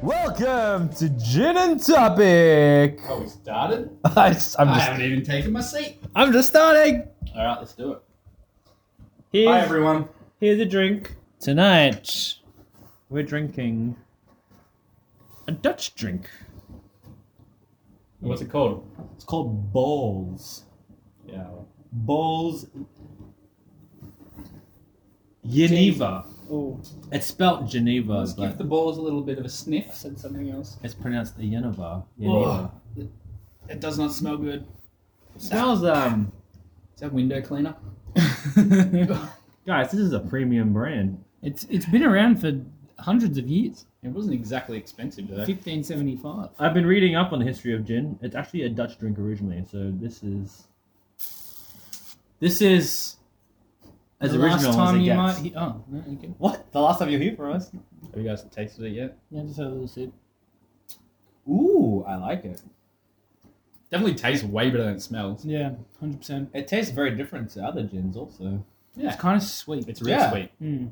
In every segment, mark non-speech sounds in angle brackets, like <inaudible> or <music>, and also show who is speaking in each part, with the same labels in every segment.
Speaker 1: Welcome to Gin and Topic. <laughs>
Speaker 2: Oh, we started?
Speaker 1: I just, I'm
Speaker 2: I
Speaker 1: just,
Speaker 2: haven't even taken my seat.
Speaker 1: I'm just starting.
Speaker 2: All right, let's do it.
Speaker 1: Here's,
Speaker 2: Hi, everyone.
Speaker 1: here's a drink. Tonight, we're drinking a Dutch drink.
Speaker 2: What's it called?
Speaker 1: It's called Bowls.
Speaker 2: Yeah.
Speaker 1: Bowls. Geneva.
Speaker 3: Oh,
Speaker 1: It's spelt Geneva,
Speaker 2: Let's give
Speaker 1: but
Speaker 2: the balls a little bit of a sniff.
Speaker 3: said something else.
Speaker 1: it's pronounced the Geneva. Geneva.
Speaker 3: It does not smell good.
Speaker 1: Smells um,
Speaker 2: Is that window cleaner?
Speaker 1: guys. This is a premium brand.
Speaker 3: <laughs> it's it's been around for hundreds of years.
Speaker 2: It wasn't exactly expensive today.
Speaker 3: Fifteen seventy five.
Speaker 1: I've been reading up on the history of gin. It's actually a Dutch drink originally, so this is this is as
Speaker 3: the
Speaker 1: original
Speaker 3: last
Speaker 1: as
Speaker 3: time
Speaker 1: it
Speaker 3: you
Speaker 1: gets.
Speaker 3: might. He- oh, no, you can.
Speaker 1: What? The last time you hear from us?
Speaker 2: Have you guys tasted it yet?
Speaker 3: Yeah, just have a little sip.
Speaker 2: Ooh, I like it. Definitely tastes way better than it smells.
Speaker 3: Yeah, hundred percent.
Speaker 4: It tastes very different to other gins, also.
Speaker 2: Yeah.
Speaker 3: It's kind of sweet.
Speaker 2: It's real
Speaker 4: Yeah.
Speaker 2: sweet.
Speaker 3: Mm,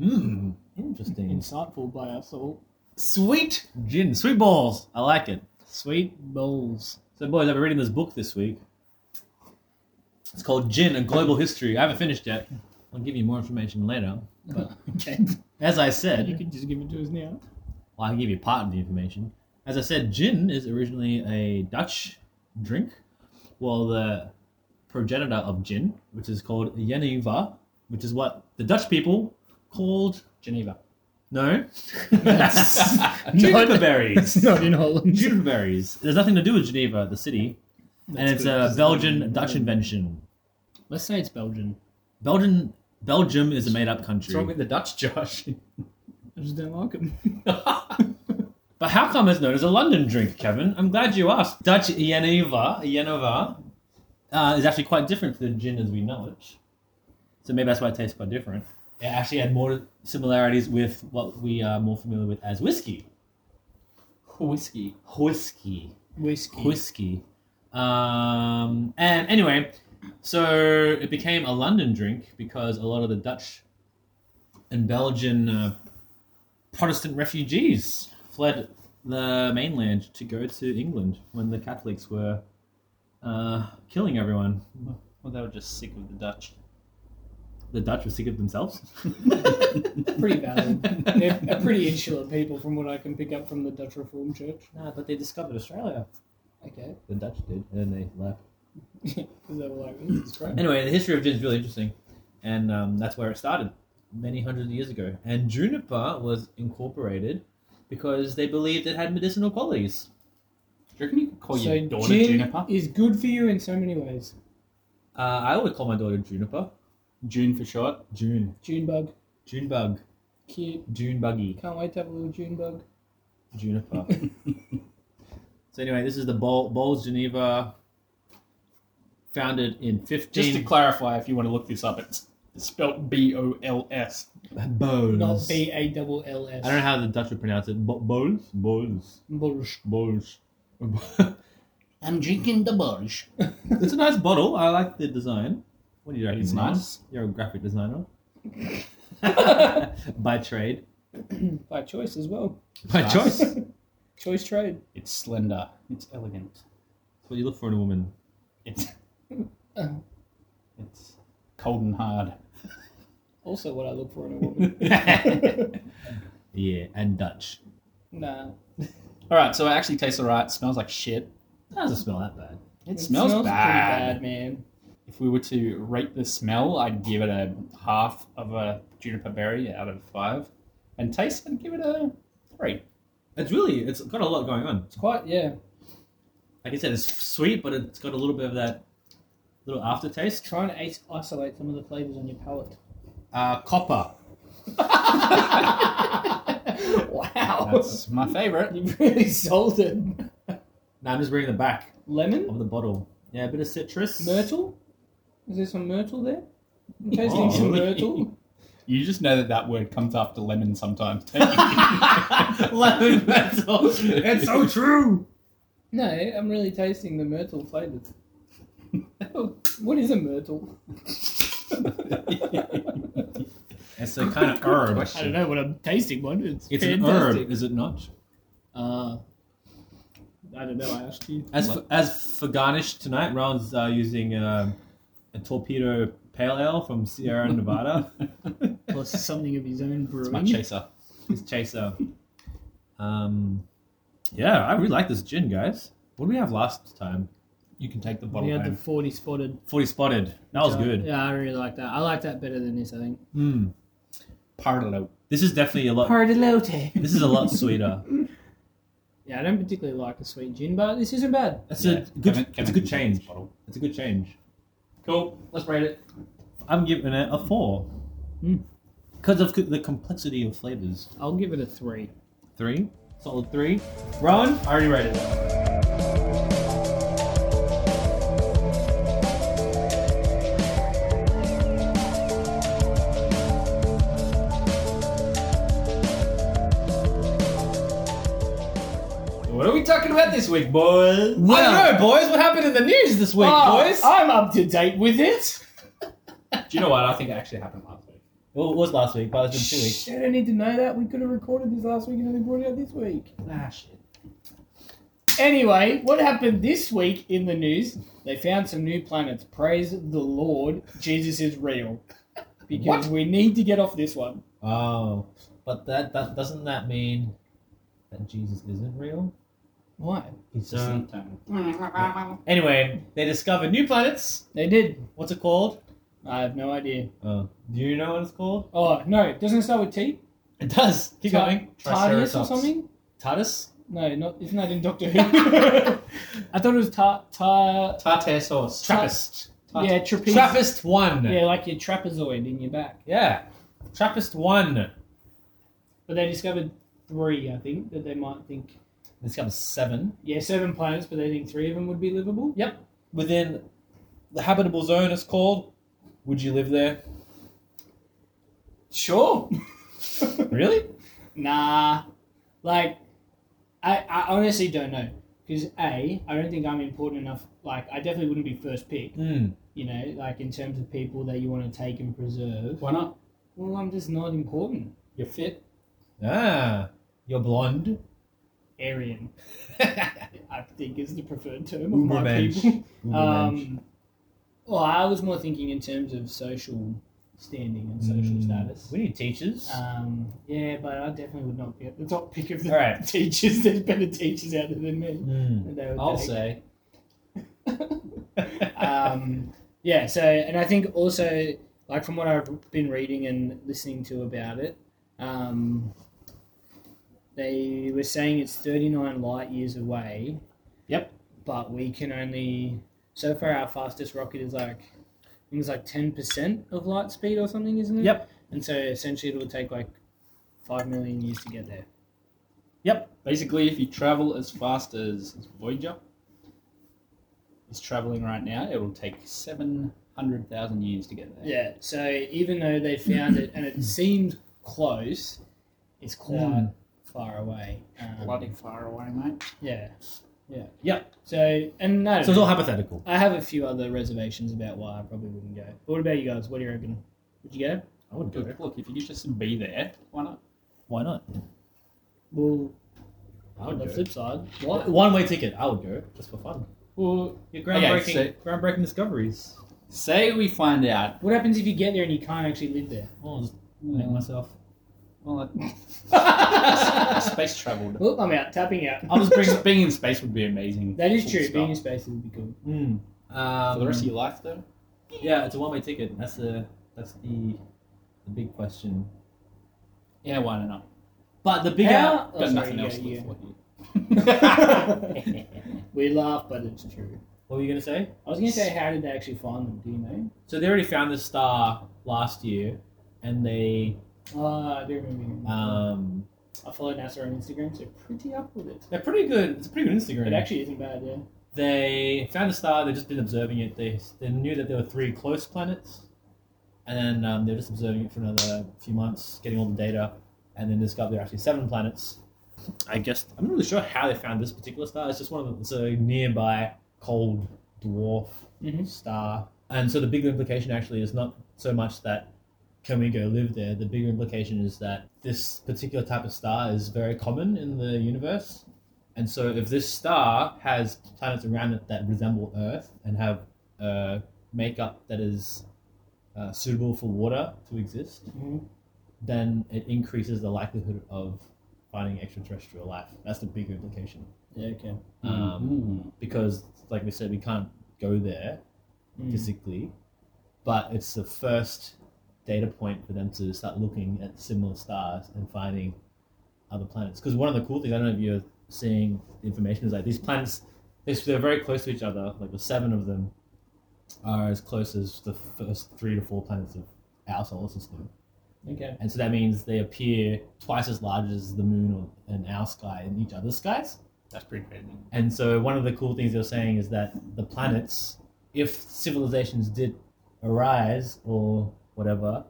Speaker 1: Mm,
Speaker 4: Mmm, interesting.
Speaker 3: insightful by us all.
Speaker 1: Sweet gin, sweet balls. I like it.
Speaker 3: Sweet bowls.
Speaker 1: So, boys, I've been reading this book this week. It's called Gin: A Global History. I haven't finished yet. I'll give you more information later.
Speaker 3: <laughs> okay.
Speaker 1: As I
Speaker 3: You
Speaker 1: said,
Speaker 3: could just give it to us now.
Speaker 1: well, I can give you part of the information. As I said, gin is originally a Dutch drink. Well, the progenitor of gin, which is called Geneva, which is what the Dutch people called
Speaker 2: Geneva.
Speaker 1: no <laughs>
Speaker 3: Not-
Speaker 1: juniper berries.
Speaker 3: not in Holland.
Speaker 1: Juniper berries. There's nothing to do with Geneva, the city, and
Speaker 3: That's
Speaker 1: it's
Speaker 3: good.
Speaker 1: a Belgian Dutch invention.
Speaker 3: Let's say it's Belgian.
Speaker 1: Belgian Belgium is a made-up
Speaker 2: What's wrong
Speaker 1: country.
Speaker 2: with the Dutch, Josh?
Speaker 3: I just don't like them.
Speaker 1: But how come it's known as a London drink, Kevin? I'm glad you asked. Dutch Geneva, Geneva, uh, is actually quite different to the gin as we know it. So maybe that's why it tastes quite different. It actually had more similarities with what we are more familiar with as whiskey.
Speaker 2: Whiskey.
Speaker 1: Whiskey.
Speaker 3: Whiskey.
Speaker 1: Whiskey. Um, and anyway, so it became a London drink because a lot of the Dutch and Belgian uh, Protestant refugees fled the mainland to go to England when the Catholics were uh, killing everyone.
Speaker 2: Well, they were just sick with the Dutch.
Speaker 1: The Dutch were sick of
Speaker 2: <laughs>
Speaker 1: themselves. <laughs>
Speaker 3: pretty <laughs> valid. They're a pretty insular people, from what I can pick up from the Dutch Reformed Church.
Speaker 1: No, but they discovered Australia.
Speaker 3: Okay,
Speaker 1: The Dutch did, and then they left.
Speaker 3: because they were like, "This is great."
Speaker 1: Anyway, the history of gin is really interesting, and um, that's where it started many hundreds of years ago. And juniper was incorporated because they believed it had medicinal qualities.
Speaker 2: Do you reckon you could call
Speaker 3: so
Speaker 2: oh, your daughter
Speaker 3: gin
Speaker 2: Juniper?
Speaker 3: is good for you in so many ways.
Speaker 1: Uh, I always call my daughter Juniper.
Speaker 2: June for short.
Speaker 1: June.
Speaker 3: June bug,
Speaker 1: June bug.
Speaker 3: cute.
Speaker 1: June buggy.
Speaker 3: Can't wait to have a little June bug.
Speaker 2: <laughs>
Speaker 1: Juniper. so anyway, this is the Bol- Bowls Geneva, founded in
Speaker 2: Just to
Speaker 1: 15...
Speaker 2: clarify, if you want to look this up, it's spelt B O L S.
Speaker 1: Bowls.
Speaker 3: Not B A double L
Speaker 1: I don't know
Speaker 3: S.
Speaker 1: how the Dutch would pronounce it. Bo- Bowls? Bowls.
Speaker 3: Bullsh.
Speaker 1: Bowls.
Speaker 2: I'm drinking the Borge.
Speaker 1: <laughs> It's a nice bottle. I like the design. What do you reckon?
Speaker 2: It's
Speaker 1: Mark?
Speaker 2: nice.
Speaker 1: You're a graphic <laughs> designer. By trade.
Speaker 3: By choice as well.
Speaker 1: By
Speaker 2: Nice.
Speaker 1: choice. <laughs> That's
Speaker 3: Choice trade.
Speaker 2: It's slender. It's elegant.
Speaker 1: what you look for in a <laughs> woman.
Speaker 2: It's
Speaker 3: Oh.
Speaker 2: it's cold and hard.
Speaker 3: Also, what I look for in a <laughs> woman.
Speaker 1: Yeah, and Dutch.
Speaker 3: nah.
Speaker 2: All right, so it actually tastes alright. Smells like shit.
Speaker 1: That doesn't smell that bad.
Speaker 2: It, smells,
Speaker 3: pretty
Speaker 2: bad.
Speaker 3: bad, man.
Speaker 2: If we were to rate the smell, I'd give it a half of a juniper berry out of five, and taste, I'd give it a three.
Speaker 1: It's really, it's got a lot going on.
Speaker 3: It's quite, yeah.
Speaker 1: Like I said, it's sweet, but it's got a little bit of that little aftertaste.
Speaker 3: Trying to ace- isolate some of the flavors on your palate. <laughs>
Speaker 1: Uh, copper.
Speaker 3: wow.
Speaker 2: That's my favorite.
Speaker 3: You really sold it.
Speaker 1: Now I'm just reading the back
Speaker 3: Lemon?
Speaker 1: of the bottle. Yeah, a bit of citrus.
Speaker 3: Oh. Myrtle? Is there some myrtle there?
Speaker 1: Oh.
Speaker 3: I'm tasting some myrtle.
Speaker 2: You just know that that word comes after lemon sometimes. Don't you?
Speaker 1: <laughs> Lemon pencil. <laughs> It's so true.
Speaker 3: No, I'm really tasting the myrtle flavours. <laughs> what is a myrtle?
Speaker 1: It's a kind of herb. <laughs>
Speaker 3: know what I'm tasting, one.
Speaker 1: It's an herb, is it not?
Speaker 3: Uh, I don't know. I asked you.
Speaker 1: As for, as for garnish tonight, Ron's uh, using uh, a torpedo pale ale from Sierra Nevada.
Speaker 3: Plus something of his own
Speaker 2: <laughs> It's my
Speaker 3: brewing.
Speaker 2: chaser.
Speaker 1: His chaser. Um, yeah, I really like this gin, guys. What did we have last time?
Speaker 2: You can take the bottle
Speaker 3: We had the
Speaker 2: home.
Speaker 3: forty spotted.
Speaker 1: Forty spotted. That was
Speaker 3: which I-
Speaker 1: good.
Speaker 3: Yeah, I really like that. I like that better than this. I think.
Speaker 1: Mm.
Speaker 2: Parlo.
Speaker 1: This is definitely a lot.
Speaker 3: Pardelote.
Speaker 1: This is a lot sweeter.
Speaker 3: Yeah, I don't particularly like a sweet gin, but this isn't bad.
Speaker 1: That's
Speaker 2: Yeah,
Speaker 1: a good.
Speaker 2: Kevin-
Speaker 1: it's a
Speaker 2: Kevin
Speaker 1: good
Speaker 2: can
Speaker 1: change.
Speaker 2: take the bottle.
Speaker 1: It's a good change.
Speaker 2: Cool. Let's rate it.
Speaker 1: I'm giving it a four
Speaker 3: Mm.
Speaker 1: because of c- the complexity of flavors.
Speaker 3: I'll give it a three.
Speaker 1: Three, solid three. Ron, I already rated it.
Speaker 2: What are we talking about this week, boys?
Speaker 4: I don't know, boys. What happened in the news this week,
Speaker 3: Ah.
Speaker 4: boys?
Speaker 3: Oh, I'm up to date with it.
Speaker 2: Do you know what? I think it actually happened last week.
Speaker 1: Oh,
Speaker 4: well, it was last week, but it's been two weeks.
Speaker 3: I don't need to know that. We could have recorded this last week and only brought it out this week.
Speaker 4: Ah, shit.
Speaker 3: Anyway, what happened this week in the news? They found some new planets. Praise the Lord, Jesus is real. Because we need to get off this one.
Speaker 4: Oh, but that, that doesn't that mean that Jesus isn't real?
Speaker 3: Why?
Speaker 4: He's just
Speaker 1: Uh,
Speaker 5: Mm-hmm.
Speaker 1: Anyway, they discovered new planets.
Speaker 3: They did.
Speaker 1: What's it called?
Speaker 3: I have no idea.
Speaker 4: Uh,
Speaker 1: Oh, do you know what it's called?
Speaker 3: Oh no, doesn't it start with T?
Speaker 1: It does. Keep
Speaker 3: Tar-
Speaker 1: going.
Speaker 3: Tardius or
Speaker 2: Triceratops.
Speaker 3: something?
Speaker 1: TARDIS.
Speaker 3: No, not isn't that in Doctor Who? <laughs>
Speaker 4: <laughs>
Speaker 1: <laughs>
Speaker 3: I thought it was tar tar
Speaker 2: Tartare sauce.
Speaker 1: Trappist.
Speaker 3: yeah trapeze.
Speaker 1: Trappist one.
Speaker 3: Yeah, like your trapezoid in your back.
Speaker 1: Yeah. Trappist one.
Speaker 3: But they discovered three, I think, that they might think.
Speaker 1: This comes seven
Speaker 3: Yeah, seven planets, but they think three of them would be livable.
Speaker 1: within the habitable zone. It's called. Would you live there?
Speaker 3: Sure.
Speaker 1: <laughs> Really?
Speaker 3: Nah, like I, I honestly don't know because a I don't think I'm important enough. Like I definitely wouldn't be first pick.
Speaker 1: Mm.
Speaker 3: You know, like in terms of people that you want to take and preserve.
Speaker 2: Why not?
Speaker 3: Well, I'm just not important.
Speaker 2: You're fit.
Speaker 1: Ah, you're blonde. <laughs>
Speaker 3: Aryan, I think, is the preferred term of my
Speaker 1: Ubermensch.
Speaker 3: people.
Speaker 1: Ubermensch.
Speaker 3: Um, well, I was more thinking in terms of social standing and social
Speaker 1: Mm.
Speaker 3: status.
Speaker 1: We need teachers.
Speaker 3: Um, yeah, but I definitely would not be at the top pick of the
Speaker 1: All right.
Speaker 3: <laughs> teachers. There's better teachers out there than me.
Speaker 1: <laughs> Mm.
Speaker 3: that they would
Speaker 2: I'll
Speaker 3: take.
Speaker 2: say.
Speaker 3: um, yeah, so, and I think also, like, from what I've been reading and listening to about it, um, they were saying it's 39 light years away.
Speaker 1: Yep.
Speaker 3: But we can only, so far, our fastest rocket is like, I think it's like 10% of light speed or something, isn't it?
Speaker 1: Yep.
Speaker 3: And so essentially it will take like 5 million years to get there.
Speaker 2: Basically, if you travel as fast as Voyager is traveling right now, it will take 700,000 years to get there.
Speaker 3: Yeah, so even though they found it
Speaker 1: <clears throat>
Speaker 3: and it seemed close, it's quite
Speaker 1: Mm.
Speaker 3: far away. Um,
Speaker 2: Bloody far away, mate.
Speaker 3: Yeah, yeah,
Speaker 1: Yep.
Speaker 3: So and no,
Speaker 1: So it's all hypothetical.
Speaker 3: I have a few other reservations about why I probably wouldn't go. But what about you guys? What do you reckon? Would you go?
Speaker 1: I would
Speaker 2: Look, look, if you could just be there, why not?
Speaker 1: Why not?
Speaker 3: Well,
Speaker 1: I would
Speaker 3: on the
Speaker 1: do it.
Speaker 3: flip side,
Speaker 1: What?
Speaker 3: what?
Speaker 1: One way ticket. I would do it just for fun.
Speaker 3: Well,
Speaker 1: Your groundbreaking,
Speaker 2: groundbreaking- Okay,
Speaker 1: groundbreaking discoveries.
Speaker 2: Say we find out.
Speaker 3: what happens if you get there and you can't actually live there?
Speaker 1: I'll just
Speaker 2: make
Speaker 1: make myself.
Speaker 2: Well, I- <laughs> space travel.
Speaker 3: Well, I'm out. Tapping out.
Speaker 2: I was bring, being in space would be amazing.
Speaker 3: That is
Speaker 2: Full
Speaker 3: true.
Speaker 2: stop.
Speaker 3: Being in space would be good.
Speaker 1: Mm.
Speaker 2: For
Speaker 1: Um,
Speaker 2: the rest of your life, though.
Speaker 4: Yeah, it's a one-way ticket. That's the that's the the big question.
Speaker 2: Yeah, why not?
Speaker 1: but the bigger.
Speaker 3: How-
Speaker 2: Got
Speaker 3: Oh, sorry,
Speaker 2: nothing
Speaker 3: yeah,
Speaker 2: else
Speaker 3: yeah.
Speaker 2: to look for here. <laughs> Mm.
Speaker 3: We laugh, but it's true.
Speaker 1: What were you gonna say?
Speaker 3: I was gonna say, how did they actually find them? Do you know?
Speaker 1: So they already found this star last year, and they
Speaker 3: Ah, I do remember.
Speaker 1: um,
Speaker 3: I follow NASA on Instagram, so pretty up with it.
Speaker 1: they're pretty good. It's a pretty good Instagram.
Speaker 3: It actually isn't bad, yeah.
Speaker 1: they found the star. They've just been observing it. They they knew that there were three close planets, and then um, they're just observing it for another few months, getting all the data, and then discovered there are actually seven planets. I guess I'm not really sure how they found this particular star. It's just one of them. It's a nearby cold dwarf
Speaker 3: Mhm.
Speaker 1: star, and so the bigger implication actually is not so much that can we go live there. The bigger implication is that this particular type of star is very common in the universe, And so, if this star has planets around it that resemble Earth and have uh, makeup that is uh, suitable for water to exist,
Speaker 3: Mhm.
Speaker 1: then it increases the likelihood of finding extraterrestrial life. That's the bigger implication.
Speaker 3: Yeah, okay.
Speaker 2: Mm-hmm.
Speaker 1: Um, Because, like we said, we can't go there
Speaker 3: Mm.
Speaker 1: physically, but it's the first data point for them to start looking at similar stars and finding other planets. Because one of the cool things, I don't know if you're seeing the information, is like these planets, they- they're very close to each other. Like the seven of them are as close as the first three to four planets of our solar system.
Speaker 3: Okay.
Speaker 1: And so that means they appear twice as large as the moon or, and our sky and each other's skies.
Speaker 2: That's pretty crazy.
Speaker 1: And so one of the cool things they're saying is that the planets, if civilizations did arise or whatever,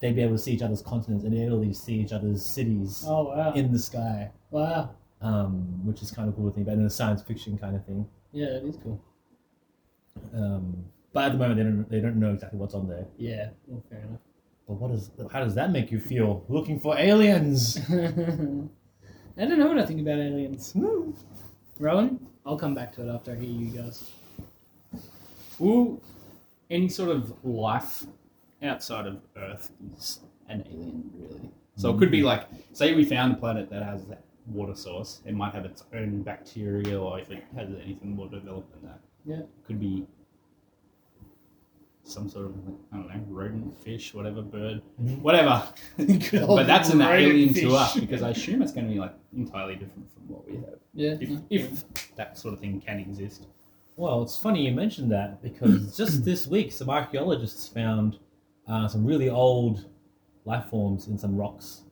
Speaker 1: they'd be able to see each other's continents and they'd able to see each other's cities
Speaker 3: Oh wow.
Speaker 1: in the sky,
Speaker 3: Wow.
Speaker 1: um, which is kind of cool to think about in a science fiction kind of thing.
Speaker 3: Yeah, that is cool.
Speaker 1: Um, but at the moment, they don't they don't know exactly what's on there.
Speaker 3: Yeah. Well, fair enough.
Speaker 1: But what is how does that make you feel? Looking for aliens?
Speaker 3: I don't know what <laughs> I think about aliens.
Speaker 1: Hmm.
Speaker 3: Rowan, I'll come back to it after I hear you guys.
Speaker 2: Well, any sort of life outside of Earth is an alien, really. So it could be like, say, we found a planet that has that water source. It might have its own bacteria, or if it has anything more developed than that.
Speaker 3: Yeah.
Speaker 2: Could be some sort of I don't know, rodent, fish, whatever bird,
Speaker 1: Mhm.
Speaker 2: whatever. <laughs> but that's
Speaker 3: Mm-hmm.
Speaker 2: an
Speaker 3: Rodent
Speaker 2: alien
Speaker 3: fish.
Speaker 2: to us because I assume it's going to be like entirely different from what we have,
Speaker 3: Yeah. Hmm.
Speaker 2: if,
Speaker 3: no.
Speaker 2: if that sort of thing can exist.
Speaker 1: Well, it's funny you mentioned that because just this week, some archaeologists found uh, some really old life forms in some rocks.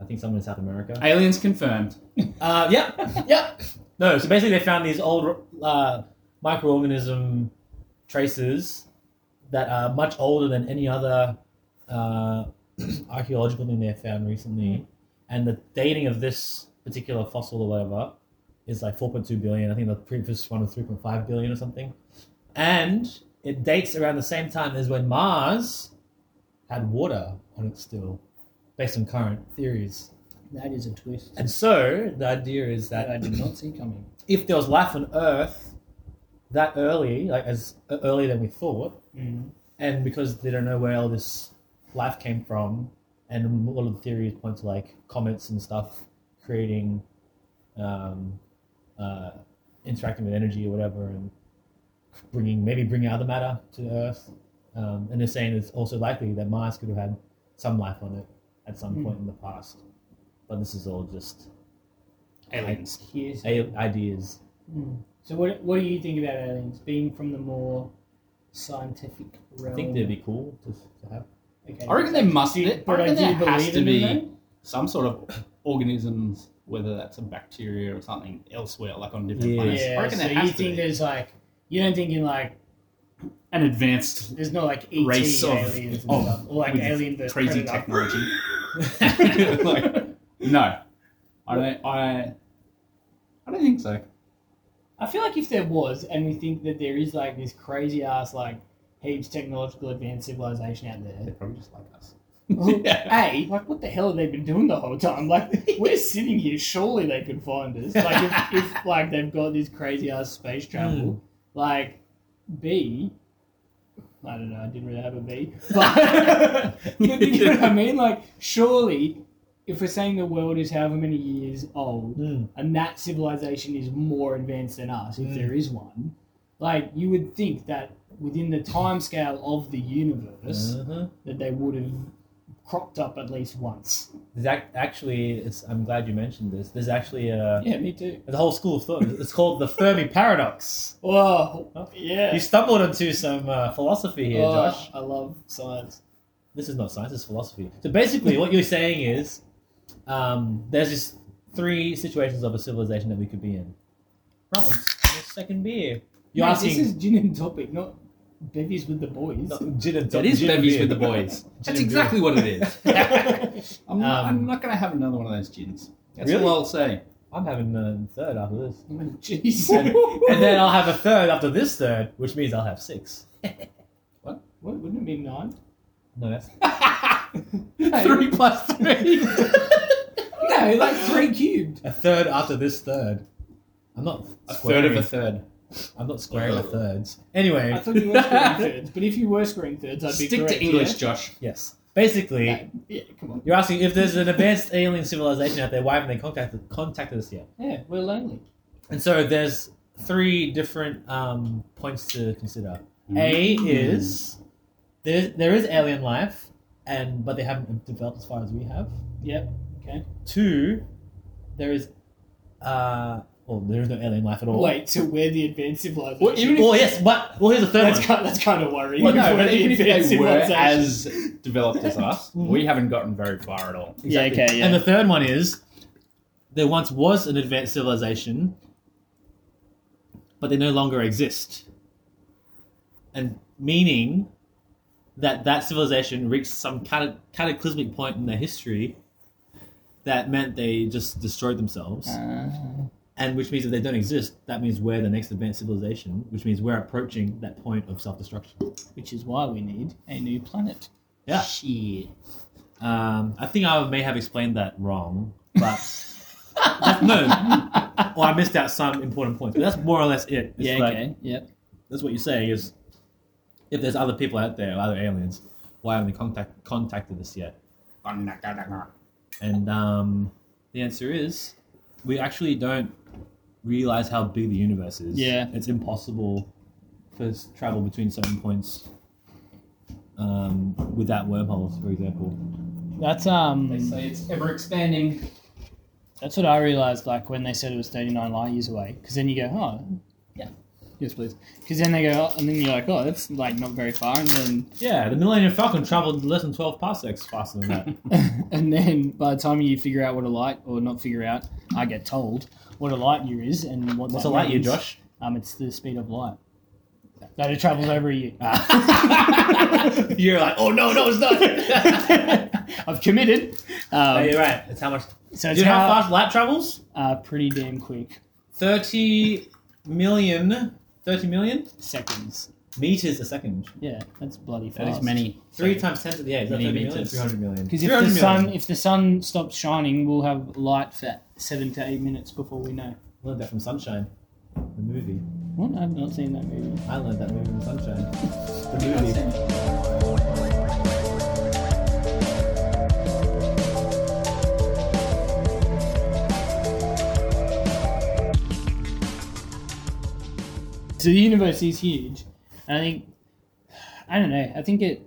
Speaker 1: I think somewhere in South America.
Speaker 2: Aliens confirmed.
Speaker 1: Uh, <laughs> yep, yep. No, so basically they found these old uh, microorganism traces that are much older than any other uh, <clears throat> archaeological thing they found recently. And the dating of this particular fossil or whatever is like 4.2 billion. I think the previous one was 3.5 billion or something. And it dates around the same time as when Mars had water on it still, based on current theories.
Speaker 3: that is a twist
Speaker 1: And so the idea is
Speaker 3: that
Speaker 1: that
Speaker 3: I did not see coming.
Speaker 1: if there was life on Earth that early, like as earlier than we thought,
Speaker 3: Mm.
Speaker 1: and because they don't know where all this life came from, and all of the theories point to like comets and stuff creating, um, uh, interacting with energy or whatever, and bringing maybe bringing other matter to Earth, um, and they're saying it's also likely that Mars could have had some life on it at some
Speaker 3: Hmm.
Speaker 1: point in the past, but this is all just
Speaker 2: Aliens.
Speaker 3: Here's-
Speaker 1: a- ideas.
Speaker 3: Mm. So what what do you think about aliens being from the more scientific realm?
Speaker 1: I think they'd be cool to, to have.
Speaker 3: Okay.
Speaker 2: I reckon they must.
Speaker 3: Do you-
Speaker 2: I
Speaker 3: but, like,
Speaker 2: reckon
Speaker 3: do you
Speaker 2: there has
Speaker 3: believe
Speaker 2: to
Speaker 3: in
Speaker 2: be
Speaker 3: them,
Speaker 2: some sort of organisms, whether that's a bacteria or something elsewhere, like on different
Speaker 1: Yeah.
Speaker 2: planets. I
Speaker 3: Yeah.
Speaker 2: reckon
Speaker 3: So
Speaker 2: there
Speaker 3: you
Speaker 2: has to
Speaker 3: think
Speaker 2: be
Speaker 3: there's like you don't think in like
Speaker 2: an advanced
Speaker 3: there's no like ET
Speaker 2: Race of-
Speaker 3: aliens and
Speaker 2: of-
Speaker 3: stuff or Oh, like
Speaker 2: with
Speaker 3: alien versus
Speaker 2: crazy
Speaker 3: predator. <laughs>
Speaker 2: technology. like, no, I don't. I I don't think so.
Speaker 3: I feel like if there was, and we think that there is like this crazy ass like heaps technological advanced civilization out
Speaker 2: They're <laughs>
Speaker 3: there.
Speaker 2: probably just like us.
Speaker 3: Well,
Speaker 2: <laughs> Yeah.
Speaker 3: A, like what the hell have they been doing the whole time? Like <laughs> we're sitting here, surely they could find us. Like
Speaker 2: <laughs>
Speaker 3: if, if like they've got this crazy ass space travel.
Speaker 2: Hmm.
Speaker 3: Like B, I don't know. I didn't really have a B, but but <laughs>
Speaker 1: <laughs>
Speaker 3: you know what I mean. Like surely, if we're saying the world is however many years old, and that civilization is more advanced than us, if
Speaker 1: Mm.
Speaker 3: there is one, like you would think that within the timescale of the universe,
Speaker 1: Uh-huh.
Speaker 3: that they would have cropped up at least once.
Speaker 1: There's ac- actually, it's, I'm glad you mentioned this. There's actually a,
Speaker 3: Yeah, me too.
Speaker 1: there's a whole school of thought. It's called the Fermi paradox.
Speaker 3: Oh,
Speaker 1: Huh?
Speaker 3: yeah.
Speaker 1: You stumbled onto some uh, philosophy here,
Speaker 3: Oh,
Speaker 1: Josh.
Speaker 3: I love science.
Speaker 1: This is not science; it's philosophy. So basically, what you're saying is, um, there's just three situations of a civilization that we could be in. Rollins, have a second beer. You're
Speaker 3: Mate,
Speaker 1: asking.
Speaker 3: This is gin and topic, not bevies with the boys. <laughs>
Speaker 1: No, gin and
Speaker 2: It is
Speaker 1: gin and
Speaker 2: bevies
Speaker 1: beer.
Speaker 2: with the <laughs> boys.
Speaker 1: Gin and
Speaker 2: That's
Speaker 1: beer.
Speaker 2: exactly what it is. I'm, not,
Speaker 1: Um,
Speaker 2: I'm not going to have another one of those gins. That's
Speaker 1: Really?
Speaker 2: all I'll say.
Speaker 1: <laughs> I'm having a third after this.
Speaker 3: Jeez.
Speaker 6: <laughs>
Speaker 1: and, and then I'll have a third after this third, which means I'll have six.
Speaker 3: What, wouldn't it
Speaker 1: <laughs>
Speaker 3: be nine?
Speaker 1: No, that's
Speaker 3: three.
Speaker 1: <laughs> plus three.
Speaker 3: No, like three cubed.
Speaker 1: a third after this third. I'm not
Speaker 2: A
Speaker 1: squaring.
Speaker 2: third of a third.
Speaker 1: I'm not squaring the thirds. Anyway,
Speaker 6: Oh. I thought you were scoring
Speaker 2: <laughs>
Speaker 6: thirds, but if you were scoring thirds, I'd be
Speaker 2: Stick
Speaker 6: correct,
Speaker 2: to English,
Speaker 6: yeah?
Speaker 2: Josh.
Speaker 1: <laughs> yes. Basically,
Speaker 6: Yeah, come on.
Speaker 1: you're asking if there's an advanced alien civilization out there, why haven't they contacted contacted us yet?
Speaker 6: Yeah, we're lonely.
Speaker 1: And so there's three different um, points to consider. A
Speaker 6: Hmm.
Speaker 1: is there, there is alien life, and but they haven't developed as far as we have.
Speaker 6: Yep, okay.
Speaker 1: Two, there is, uh, well, there is no alien life at all.
Speaker 6: Wait, so we're the advanced civilization.
Speaker 2: Oh. Well, even if-
Speaker 1: Well, yes, but well, here's the third
Speaker 6: that's,
Speaker 1: one.
Speaker 6: kind, that's kind of worrying.
Speaker 2: Well, no,
Speaker 6: We're
Speaker 2: but
Speaker 6: the
Speaker 2: even if
Speaker 6: advanced
Speaker 2: they were
Speaker 6: civilization.
Speaker 2: as developed as <laughs> us,
Speaker 1: Mhm.
Speaker 2: we haven't gotten very far at all.
Speaker 3: Yeah, okay, yeah.
Speaker 1: And the third one is there once was an advanced civilization, but they no longer exist. And meaning that that civilization reached some cata- cataclysmic point in their history that meant they just destroyed themselves. and which means if they don't exist, that means we're the next advanced civilization, which means we're approaching that point of self destruction.
Speaker 6: Which is why we need a new planet.
Speaker 1: Yeah.
Speaker 6: Shit.
Speaker 1: Um, I think I may have explained that wrong, but no, or I missed out some important points. But that's more or less it. It's
Speaker 6: Yeah,
Speaker 1: like-
Speaker 6: okay. Yep.
Speaker 1: That's what you're saying is, if there's other people out there, other aliens, why haven't they contact, contacted us yet?
Speaker 2: Oh,
Speaker 1: And um, the answer is, we actually don't realize how big the universe is.
Speaker 6: Yeah.
Speaker 1: it's impossible for s- travel between certain points um, without wormholes, for example.
Speaker 3: That's um.
Speaker 2: They say it's ever expanding.
Speaker 3: That's what I realized, like when they said it was 39 light years away, because then you go, oh, yeah, yes, please. Because then they go, oh, and then you're like, oh, that's like not very far, and then
Speaker 1: Yeah, the Millennium Falcon traveled less than 12 parsecs faster than that. <laughs>
Speaker 3: and then by the time you figure out what a light, or not figure out, I get told what a light year is and what
Speaker 1: What's
Speaker 3: that
Speaker 1: a light year,
Speaker 3: means.
Speaker 1: Josh?
Speaker 3: Um, it's the speed of light. That it travels over a year. <laughs>
Speaker 1: You're like, oh no, no, it's
Speaker 2: <laughs>
Speaker 1: not.
Speaker 3: I've committed.
Speaker 1: Oh,
Speaker 3: Um,
Speaker 1: you're right. It's how much.
Speaker 3: so
Speaker 1: Do
Speaker 3: it's
Speaker 1: you know how
Speaker 3: how,
Speaker 1: fast light travels?
Speaker 3: uh, pretty damn quick
Speaker 1: 30 million. 30 million
Speaker 3: seconds.
Speaker 1: meters a second.
Speaker 3: Yeah, that's bloody fast.
Speaker 2: That is many.
Speaker 1: Three times 10 to the 8. Is that 30 million?
Speaker 2: Millimeters.
Speaker 1: 300 million.
Speaker 3: Because if
Speaker 1: 300
Speaker 3: the
Speaker 1: million.
Speaker 3: sun if the sun stops shining, we'll have light for seven to eight minutes before we know.
Speaker 1: I learned that from Sunshine, the movie.
Speaker 3: What? I've not seen that movie.
Speaker 1: I learned that movie from Sunshine, the movie.
Speaker 3: So the universe is huge, and I think I don't know. I think it.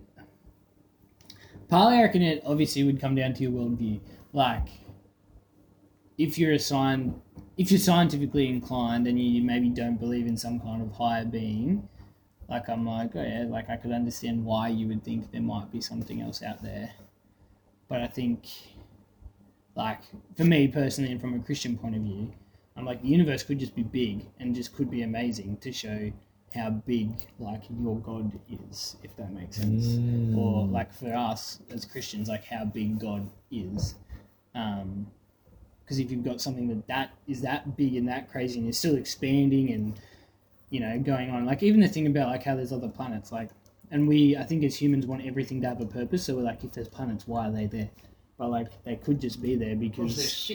Speaker 3: Partly, I reckon it obviously would come down to your worldview. Like, if you're a sign, if you're scientifically inclined and you maybe don't believe in some kind of higher being, like I'm like, oh yeah, like I could understand why you would think there might be something else out there. But I think, like for me personally, and from a Christian point of view, I'm like the universe could just be big and just could be amazing to show how big like your God is, if that makes sense. Or
Speaker 1: Hmm.
Speaker 3: like for us as Christians, like how big God is. Um, because if you've got something that that is that big and that crazy and is still expanding and you know going on like even the thing about like how there's other planets like and we i think as humans want everything to have a purpose so we're like if there's planets why are they there but like they could just be there because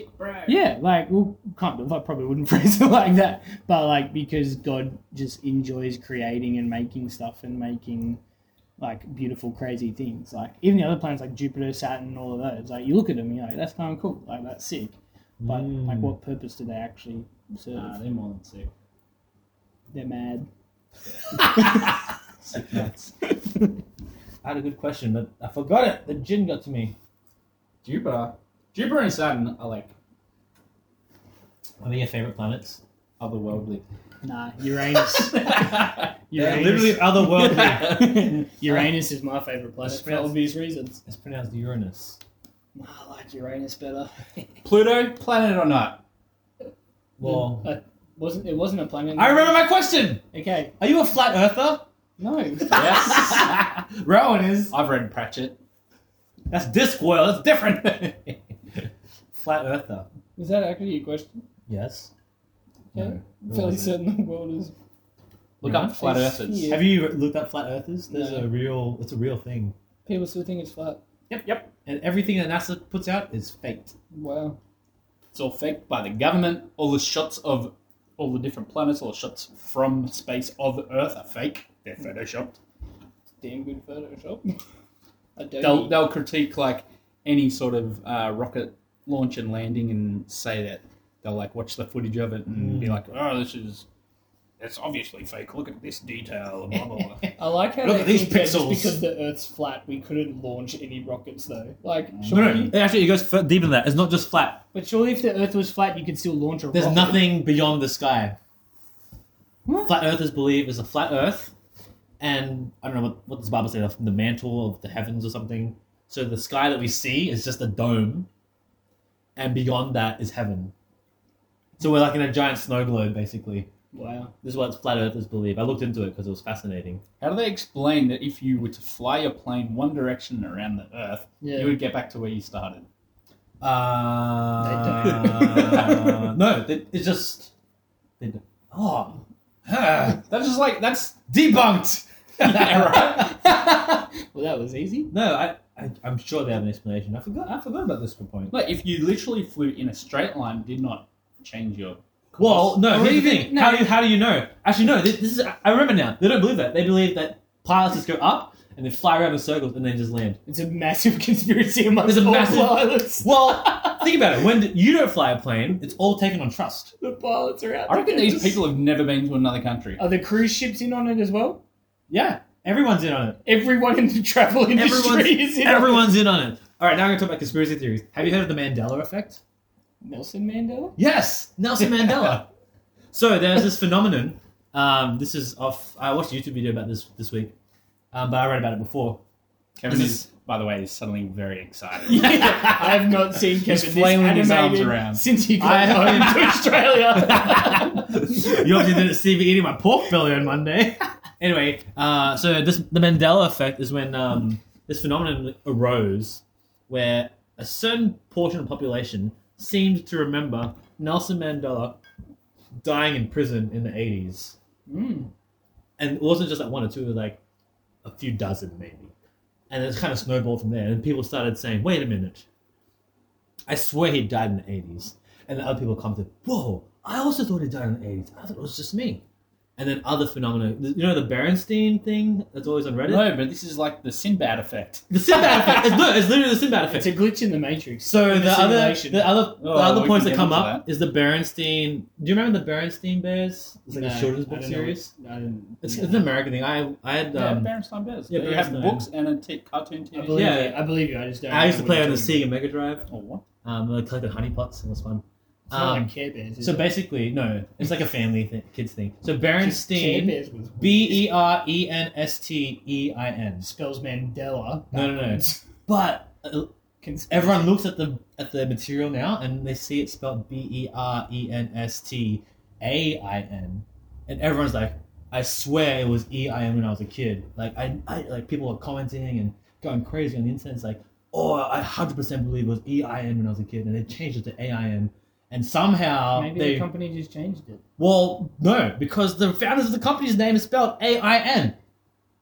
Speaker 3: yeah like well kind of i probably wouldn't <laughs> phrase it like that but like because god just enjoys creating and making stuff and making like beautiful crazy things like even the other planets like jupiter saturn all of those like you look at them you're like that's kind of cool like that's sick but
Speaker 1: Mm.
Speaker 3: like, what purpose do they actually serve?
Speaker 2: Nah, they're more than sick.
Speaker 3: They're mad.
Speaker 2: Sick nuts.
Speaker 1: I had a good question, but I forgot it. The gin got to me.
Speaker 2: Jupiter. Jupiter and Saturn are like
Speaker 1: What are your favorite planets?
Speaker 2: otherworldly.
Speaker 3: Nah,
Speaker 1: <laughs>
Speaker 3: Uranus.
Speaker 1: They're
Speaker 3: Uranus,
Speaker 1: literally otherworldly.
Speaker 3: <laughs> Uranus is my favorite planet
Speaker 1: That's
Speaker 3: for
Speaker 1: fair.
Speaker 3: obvious reasons.
Speaker 1: it's pronounced Uranus.
Speaker 3: Nah, I like Uranus better.
Speaker 2: Pluto, planet or not?
Speaker 3: <laughs>
Speaker 1: Well,
Speaker 3: I- wasn't it wasn't a planet?
Speaker 1: I remember my question.
Speaker 3: Okay,
Speaker 1: Are you a flat earther? <laughs>
Speaker 3: no.
Speaker 2: Yes.
Speaker 1: Rowan is.
Speaker 2: <laughs> I've read Pratchett.
Speaker 1: That's Discworld. That's different. <laughs> flat earther.
Speaker 6: Was that actually your question?
Speaker 1: Yes.
Speaker 6: Yeah.
Speaker 1: No.
Speaker 6: Fairly certain the world is.
Speaker 2: Look up flat
Speaker 6: It's
Speaker 2: earthers.
Speaker 6: here.
Speaker 1: Have you looked up flat earthers? There's
Speaker 6: No.
Speaker 1: a real. It's a real thing.
Speaker 6: People still think it's flat.
Speaker 1: Yep. Yep. And everything that NASA puts out is faked.
Speaker 6: Wow.
Speaker 2: It's all faked by the government. All the shots of all the different planets, all the shots from space of Earth are fake. They're photoshopped.
Speaker 5: Damn
Speaker 3: <laughs>
Speaker 5: good Photoshop. Adobe.
Speaker 2: They'll, they'll critique like any sort of uh, rocket launch and landing and say that they'll like watch the footage of it and be like, oh, this is that's obviously fake. Look at this detail. Blah blah. blah.
Speaker 5: I like how
Speaker 1: Look
Speaker 5: they
Speaker 1: at these
Speaker 5: think that just
Speaker 1: pixels.
Speaker 5: because the Earth's flat, we couldn't launch any rockets though. Like,
Speaker 1: No,
Speaker 5: surely,
Speaker 1: no, actually, it goes fur- deeper than that. It's not just flat.
Speaker 3: But surely, if the Earth was flat, you could still launch a
Speaker 1: There's
Speaker 3: rocket.
Speaker 1: nothing beyond the sky.
Speaker 3: What?
Speaker 1: Flat Earthers believe is a flat Earth, and I don't know what, what does the Bible say, the mantle of the heavens or something. So the sky that we see is just a dome, and beyond that is heaven. So we're like in a giant snow globe, basically.
Speaker 3: Wow.
Speaker 1: This is what flat Earthers believe. I looked into it because it was fascinating.
Speaker 2: How do they explain that if you were to fly your plane one direction around the Earth,
Speaker 3: Yeah.
Speaker 2: you would get back to where you started?
Speaker 1: Uh, <laughs> no, they- it's just. They don't. Oh,
Speaker 2: That's just like that's <laughs>
Speaker 1: debunked.
Speaker 3: Well, that was easy.
Speaker 1: <laughs> No, I, I I'm sure they have an explanation. I forgot I forgot about this point.
Speaker 2: Like if you literally flew in a straight line, did not change your
Speaker 1: Well, no,
Speaker 3: Or
Speaker 1: here's the
Speaker 3: even-
Speaker 1: thing.
Speaker 3: no.
Speaker 1: How do you how do you know? Actually, no. This, this is I remember now. They don't believe that. They believe that pilots just go up and they fly around in circles and then just land.
Speaker 3: It's a massive <laughs> conspiracy amongst
Speaker 1: There's a
Speaker 3: all
Speaker 1: massive-
Speaker 3: pilots.
Speaker 1: Well, <laughs> think about it. When you don't fly a plane, it's all taken on trust.
Speaker 3: The pilots are out.
Speaker 2: I reckon
Speaker 3: there.
Speaker 2: these people have never been to another country.
Speaker 3: are the cruise ships in on it as well.
Speaker 1: Yeah, everyone's in on it.
Speaker 3: Everyone in the travel industry is
Speaker 1: Everyone's,
Speaker 3: in.
Speaker 1: everyone's in on it. All right, now I'm gonna talk about conspiracy theories. Have you heard of the Mandela effect?
Speaker 3: Nelson Mandela.
Speaker 1: Yes, Nelson Mandela. so there's this phenomenon. Um, this is off. I watched a YouTube video about this this week, um, but I read about it before. <laughs>
Speaker 2: Kevin
Speaker 1: This
Speaker 2: is, by the way, is suddenly very excited.
Speaker 3: I have not seen Kevin this
Speaker 2: flailing his arms
Speaker 3: animated
Speaker 2: around.
Speaker 3: since he got
Speaker 1: I
Speaker 3: home
Speaker 1: haven't-
Speaker 3: to
Speaker 1: <laughs>
Speaker 3: Australia.
Speaker 1: you obviously didn't see me eating my pork belly on Monday. <laughs> anyway, uh, so this the Mandela effect is when um, this phenomenon arose, where a certain portion of the population seemed to remember Nelson Mandela dying in prison in the eighties,
Speaker 3: Mm.
Speaker 1: and it wasn't just like one or two, it was like a few dozen maybe, and it's kind of snowballed from there. And people started saying, "Wait a minute, I swear he died in the eighties. And then other people commented, "Whoa, I also thought he died in the eighties. I thought it was just me." And then other phenomena, you know, the Berenstein thing that's always on Reddit.
Speaker 2: no, but this is like the Sinbad effect.
Speaker 1: The Sinbad effect. It's, no, it's literally the Sinbad
Speaker 3: it's
Speaker 1: effect.
Speaker 3: a glitch in the matrix.
Speaker 1: So the,
Speaker 3: the
Speaker 1: other,
Speaker 3: simulation.
Speaker 1: the other, the
Speaker 2: Oh, we
Speaker 1: other
Speaker 2: can
Speaker 1: points that
Speaker 2: get
Speaker 1: come
Speaker 2: into
Speaker 1: up is the Berenstein. Do you remember the Berenstein Bears? It's like
Speaker 3: No,
Speaker 1: a children's
Speaker 3: I
Speaker 1: book
Speaker 3: don't know
Speaker 1: series.
Speaker 3: what- I didn't-
Speaker 1: It's,
Speaker 3: no.
Speaker 1: it's an American thing. I I had
Speaker 2: Yeah,
Speaker 1: um,
Speaker 2: Berenstain Bears.
Speaker 1: yeah,
Speaker 2: Yeah, they have
Speaker 1: Berenstain.
Speaker 2: books and a t- cartoon
Speaker 3: I
Speaker 2: TV.
Speaker 3: believe
Speaker 1: Yeah.
Speaker 3: you. I believe you. I just don't.
Speaker 1: I used to
Speaker 3: know what
Speaker 1: play on
Speaker 3: you're
Speaker 1: the
Speaker 3: talking
Speaker 1: Sega Mega Drive.
Speaker 2: Or Oh, what?
Speaker 1: Um, I collected honeypots. It was fun.
Speaker 3: about. It's not
Speaker 1: Um,
Speaker 3: like Care Bears. is
Speaker 1: So
Speaker 3: it?
Speaker 1: basically, no, it's like a family thing, kids thing. So
Speaker 3: Just Care
Speaker 1: Berenstein,
Speaker 3: Bears was
Speaker 1: B E R E N S T E I N.
Speaker 3: spells Mandela.
Speaker 1: No, no, no. But uh, everyone looks at the at the material now and they see it spelled B E R E N S T A I N, and everyone's like, "I swear it was E I N when I was a kid." Like I, I like people are commenting and going crazy on the internet. It's like, "Oh, I hundred percent believe it was E I N when I was a kid," and they changed it to A I N. And somehow
Speaker 3: Maybe
Speaker 1: they
Speaker 3: the company just changed it.
Speaker 1: well, no, because the founders of the company's name is spelled A I N,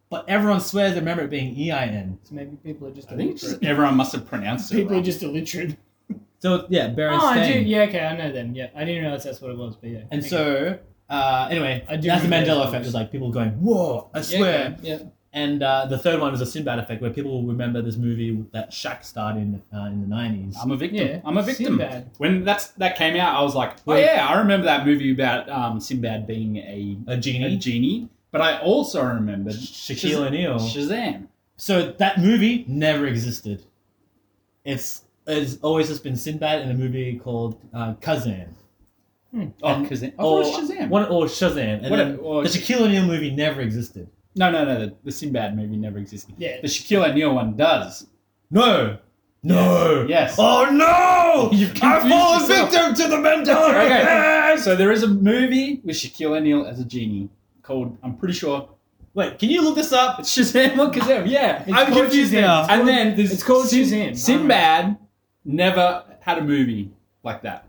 Speaker 1: but everyone swears they remember it being E I N.
Speaker 3: So maybe people are just.
Speaker 2: I think it's
Speaker 3: illiterate.
Speaker 2: just everyone must have pronounced it.
Speaker 3: people are
Speaker 2: wrong.
Speaker 3: just illiterate.
Speaker 1: So yeah, Baron
Speaker 3: Oh, I do. Yeah, okay, I know them. Yeah, I didn't realize that's what it was, but yeah.
Speaker 1: And
Speaker 3: Okay.
Speaker 1: so uh, anyway,
Speaker 3: I do
Speaker 1: that's the
Speaker 3: remember
Speaker 1: Mandela
Speaker 3: those
Speaker 1: effect.
Speaker 3: ones.
Speaker 1: Is like people going, "Whoa, I
Speaker 5: Yeah,
Speaker 1: swear!"
Speaker 5: Yeah.
Speaker 1: And uh, the third one is a Sinbad effect, where people will remember this movie that Shaq starred in uh, in the nineties.
Speaker 2: I'm a victim.
Speaker 3: Yeah,
Speaker 2: I'm a victim.
Speaker 3: Sinbad.
Speaker 2: When that's that came out, I was like, oh
Speaker 1: Wait.
Speaker 2: yeah, I remember that movie about um, Sinbad being a
Speaker 1: A
Speaker 2: a
Speaker 1: genie,
Speaker 2: genie. But I also remembered
Speaker 1: Shaquille O'Neal.
Speaker 2: Shazam.
Speaker 1: so that movie never existed. It's it's always just been Sinbad in a movie called uh, Kazan.
Speaker 2: Oh,
Speaker 1: And-
Speaker 2: because I
Speaker 1: or,
Speaker 2: thought it was Shazam.
Speaker 1: One, or Shazam. And
Speaker 2: What-
Speaker 1: then
Speaker 2: or-
Speaker 1: the Shaquille O'Neal movie never existed.
Speaker 2: No, no, no. The, the Sinbad movie never existed.
Speaker 3: Yeah.
Speaker 2: The Shaquille O'Neal one does.
Speaker 1: No. No.
Speaker 2: Yes.
Speaker 1: Oh <laughs> no!
Speaker 2: You've
Speaker 1: I've
Speaker 2: confused
Speaker 1: fallen
Speaker 2: yourself.
Speaker 1: victim to the Mandela
Speaker 2: Okay.
Speaker 1: effect.
Speaker 2: So there is a movie with Shaquille O'Neal as a genie called, I'm pretty sure,
Speaker 1: Wait, can you look this up?
Speaker 2: it's Shazam <laughs> or Kazam. Yeah.
Speaker 1: I'm
Speaker 3: called
Speaker 1: confused
Speaker 3: Shazam.
Speaker 1: now.
Speaker 2: and then there's
Speaker 3: It's called Shazam.
Speaker 2: Sinbad never had a movie like that.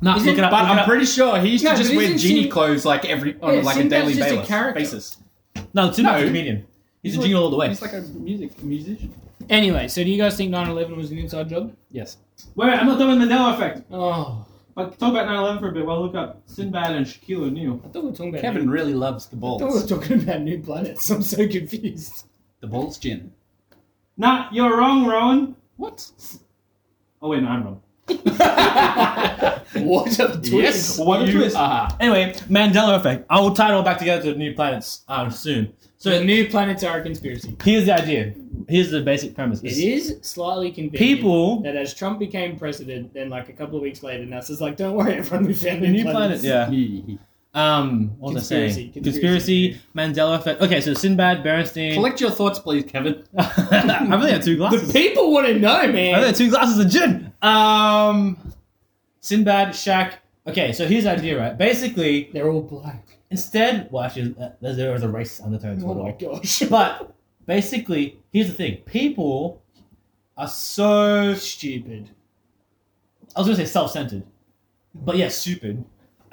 Speaker 1: Nah,
Speaker 3: Is
Speaker 1: look
Speaker 3: it-
Speaker 1: it up.
Speaker 2: But
Speaker 1: look it
Speaker 2: I'm
Speaker 1: up.
Speaker 2: pretty sure he used
Speaker 3: No,
Speaker 2: to just
Speaker 3: but
Speaker 2: wear
Speaker 3: isn't
Speaker 2: genie
Speaker 3: Sin-
Speaker 2: clothes like every on
Speaker 3: Yeah,
Speaker 2: like a
Speaker 3: Sinbad's
Speaker 2: daily
Speaker 3: just a
Speaker 2: basis.
Speaker 3: character.
Speaker 2: basis.
Speaker 1: no, too much
Speaker 2: No.
Speaker 1: a comedian. He's, a
Speaker 2: like-
Speaker 1: jingle all the way.
Speaker 2: He's like a music musician.
Speaker 3: Anyway, so do you guys think 9 11 was an inside job?
Speaker 2: Yes.
Speaker 1: Wait, wait, I'm not done with Mandela effect.
Speaker 3: Oh.
Speaker 7: But talk about 9/11 for a bit. While I look up Sinbad and Shaquille O'Neal.
Speaker 3: I thought we were talking about.
Speaker 2: Kevin really loves the
Speaker 3: I thought we were
Speaker 2: balls.
Speaker 3: talking about new planets. <laughs> I'm so confused.
Speaker 2: The balls gin.
Speaker 7: Nah, you're wrong, Rowan.
Speaker 2: What?
Speaker 7: Oh wait, no, I'm wrong.
Speaker 2: <laughs> What a twist. Yes,
Speaker 7: Well, what a
Speaker 2: you
Speaker 7: twist.
Speaker 2: are.
Speaker 1: Anyway, Mandela effect. I will tie it all back together to the new planets um, soon.
Speaker 3: So
Speaker 1: So
Speaker 3: new planets are a conspiracy.
Speaker 1: here's the idea. Here's the basic premise.
Speaker 3: It is slightly convenient
Speaker 1: People-
Speaker 3: that as Trump became president, then like a couple of weeks later, NASA's like, "Don't worry, everyone, we found
Speaker 1: The new
Speaker 3: new planets."
Speaker 1: planet, yeah. Um, what was I
Speaker 3: Conspiracy,
Speaker 1: saying?
Speaker 3: conspiracy.
Speaker 1: Conspiracy, Mandela effect. Okay, so Sinbad, Bernstein.
Speaker 2: Collect your thoughts, please, Kevin.
Speaker 1: I've only had two glasses.
Speaker 3: The people want to know,
Speaker 1: I only
Speaker 3: man.
Speaker 1: had two glasses of gin. Um, Sinbad, Shaq. Okay, so here's the idea, right? Basically,
Speaker 3: They're all black.
Speaker 1: instead, well, actually, uh, there there was a race undertone to
Speaker 3: Oh
Speaker 1: it all.
Speaker 3: my gosh.
Speaker 1: But basically, here's the thing: people are so
Speaker 3: Stupid.
Speaker 1: I was going to say self-centered, but yeah, stupid.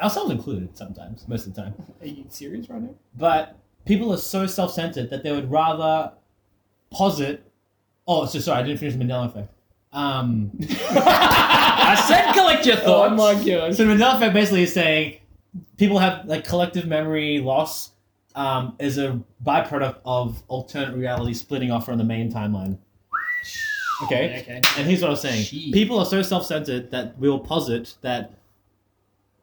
Speaker 1: Ourselves included, sometimes, most of the time.
Speaker 3: Are you serious right now?
Speaker 1: But people are so self-centered that they would rather posit. Oh, so sorry, I didn't finish the Mandela effect. Um, I said collect <laughs> your
Speaker 3: <laughs> Oh
Speaker 1: thoughts.
Speaker 3: my gosh.
Speaker 1: So the Mandela effect basically is saying people have like collective memory loss um, is a byproduct of alternate reality splitting off from the main timeline. Okay.
Speaker 3: Okay.
Speaker 1: And here's what I was saying:
Speaker 2: Sheesh.
Speaker 1: people are so self-centered that we'll posit that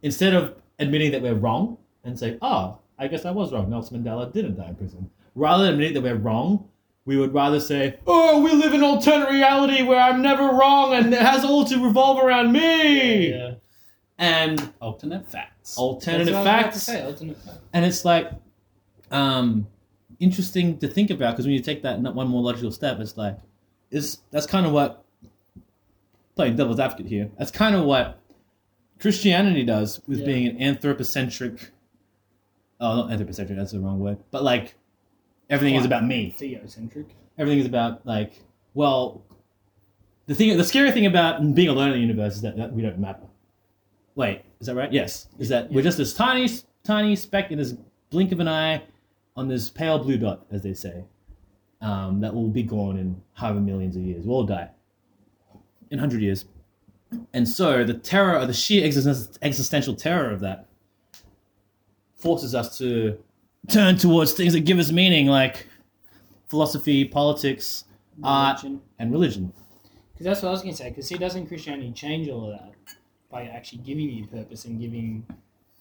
Speaker 1: instead of admitting that we're wrong and say, "Oh, I guess I was wrong. Nelson Mandela didn't die in prison," rather than admitting that we're wrong, we would rather say, "Oh, we live in alternate reality where I'm never wrong, and it has all to revolve around me."
Speaker 3: Yeah.
Speaker 1: And
Speaker 2: Alternate facts.
Speaker 1: alternative
Speaker 3: That's what I was about to
Speaker 1: facts,
Speaker 3: say, alternate facts.
Speaker 1: and it's like, um, interesting to think about because when you take that n- one more logical step, it's like, is that's kind of what playing devil's advocate here. That's kind of what Christianity does with
Speaker 3: Yeah.
Speaker 1: being an anthropocentric. Oh, not anthropocentric. That's the wrong word. But like, everything is about me.
Speaker 3: Theocentric.
Speaker 1: Everything is about like, well, the thing, the scary thing about being alone in the universe is that, that we don't matter. Wait, is that right? Yes, is that we're just this tiny, tiny speck in this blink of an eye on this pale blue dot, as they say, um, that will be gone in however millions of years. We'll all die in hundred years, and so the terror, or the sheer existen- existential terror of that, forces us to turn towards things that give us meaning, like philosophy, politics, art,
Speaker 3: Religion.
Speaker 1: and religion.
Speaker 3: Because that's what I was going to say. Because see, doesn't Christianity change all of that by actually giving you purpose and giving,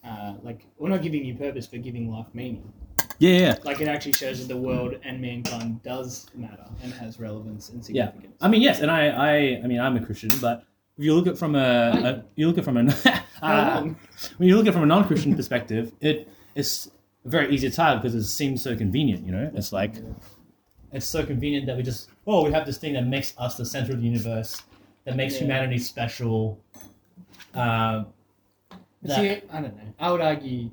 Speaker 3: uh, like, well, not giving you purpose, but giving life meaning?
Speaker 1: Yeah, yeah.
Speaker 3: Like, it actually shows that the world and mankind does matter and has relevance and
Speaker 1: Yeah.
Speaker 3: significance.
Speaker 1: I mean, yes, and I, I, I mean, I'm a Christian, but if you look at from a, a you look at from a, <laughs>
Speaker 3: How
Speaker 1: Ah.
Speaker 3: long?
Speaker 1: when you look at it from a non-Christian perspective, it it's very easy to tie because it seems so convenient. You know, it's like it's so convenient that we just oh we have this thing that makes us the center of the universe, that makes
Speaker 3: Yeah.
Speaker 1: humanity special. Uh,
Speaker 3: But
Speaker 1: that-
Speaker 3: See, I don't know. I would argue,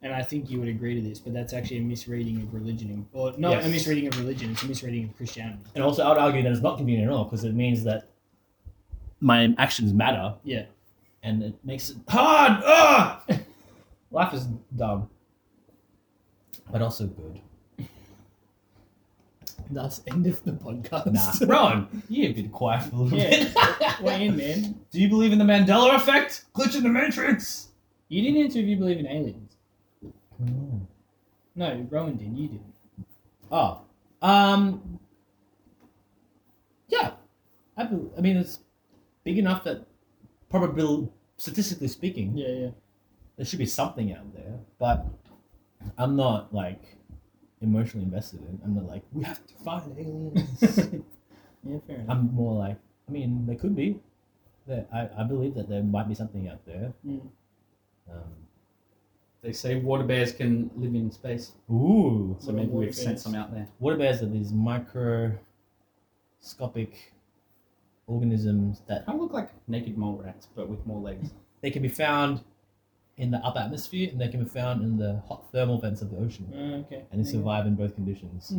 Speaker 3: and I think you would agree to this, but that's actually a misreading of religion, or not a
Speaker 1: Yes.
Speaker 3: misreading of religion. It's a misreading of Christianity.
Speaker 1: and also, I would argue that it's not convenient at all because it means that my actions matter,
Speaker 3: Yeah.
Speaker 1: and it makes it hard. Ugh! <laughs> Life is dumb, but also
Speaker 3: <laughs>
Speaker 1: good.
Speaker 3: That's end of the podcast.
Speaker 1: Nah, Rowan, you've been quiet for a little bit.
Speaker 3: <laughs>
Speaker 1: <laughs>
Speaker 3: Yeah. Weigh in, man.
Speaker 1: Do you believe in the Mandela effect? Glitch in the Matrix?
Speaker 3: You didn't answer if you believe in aliens. Hmm. No, Rowan did. You didn't.
Speaker 1: Oh. Um. Yeah. I, bel I mean, it's big enough that probably, statistically speaking,
Speaker 3: Yeah, yeah.
Speaker 1: there should be something out there, but I'm not like emotionally invested in it. I'm not like, we have to find
Speaker 3: <laughs>
Speaker 1: aliens.
Speaker 3: Yeah, fair enough.
Speaker 1: I'm more like, I mean, there could be. There, I, I believe that there might be something out there.
Speaker 3: Mm.
Speaker 1: Um,
Speaker 2: They say water bears can live in space,
Speaker 1: ooh.
Speaker 2: so maybe
Speaker 3: Water
Speaker 2: we've sent
Speaker 3: bears.
Speaker 2: some out there.
Speaker 1: What about that these microscopic organisms that
Speaker 2: Kind of look like naked mole rats, but with more legs.
Speaker 1: they can be found in the upper atmosphere and they can be found in the hot thermal vents of the ocean
Speaker 3: Uh, okay.
Speaker 1: and they survive in both conditions.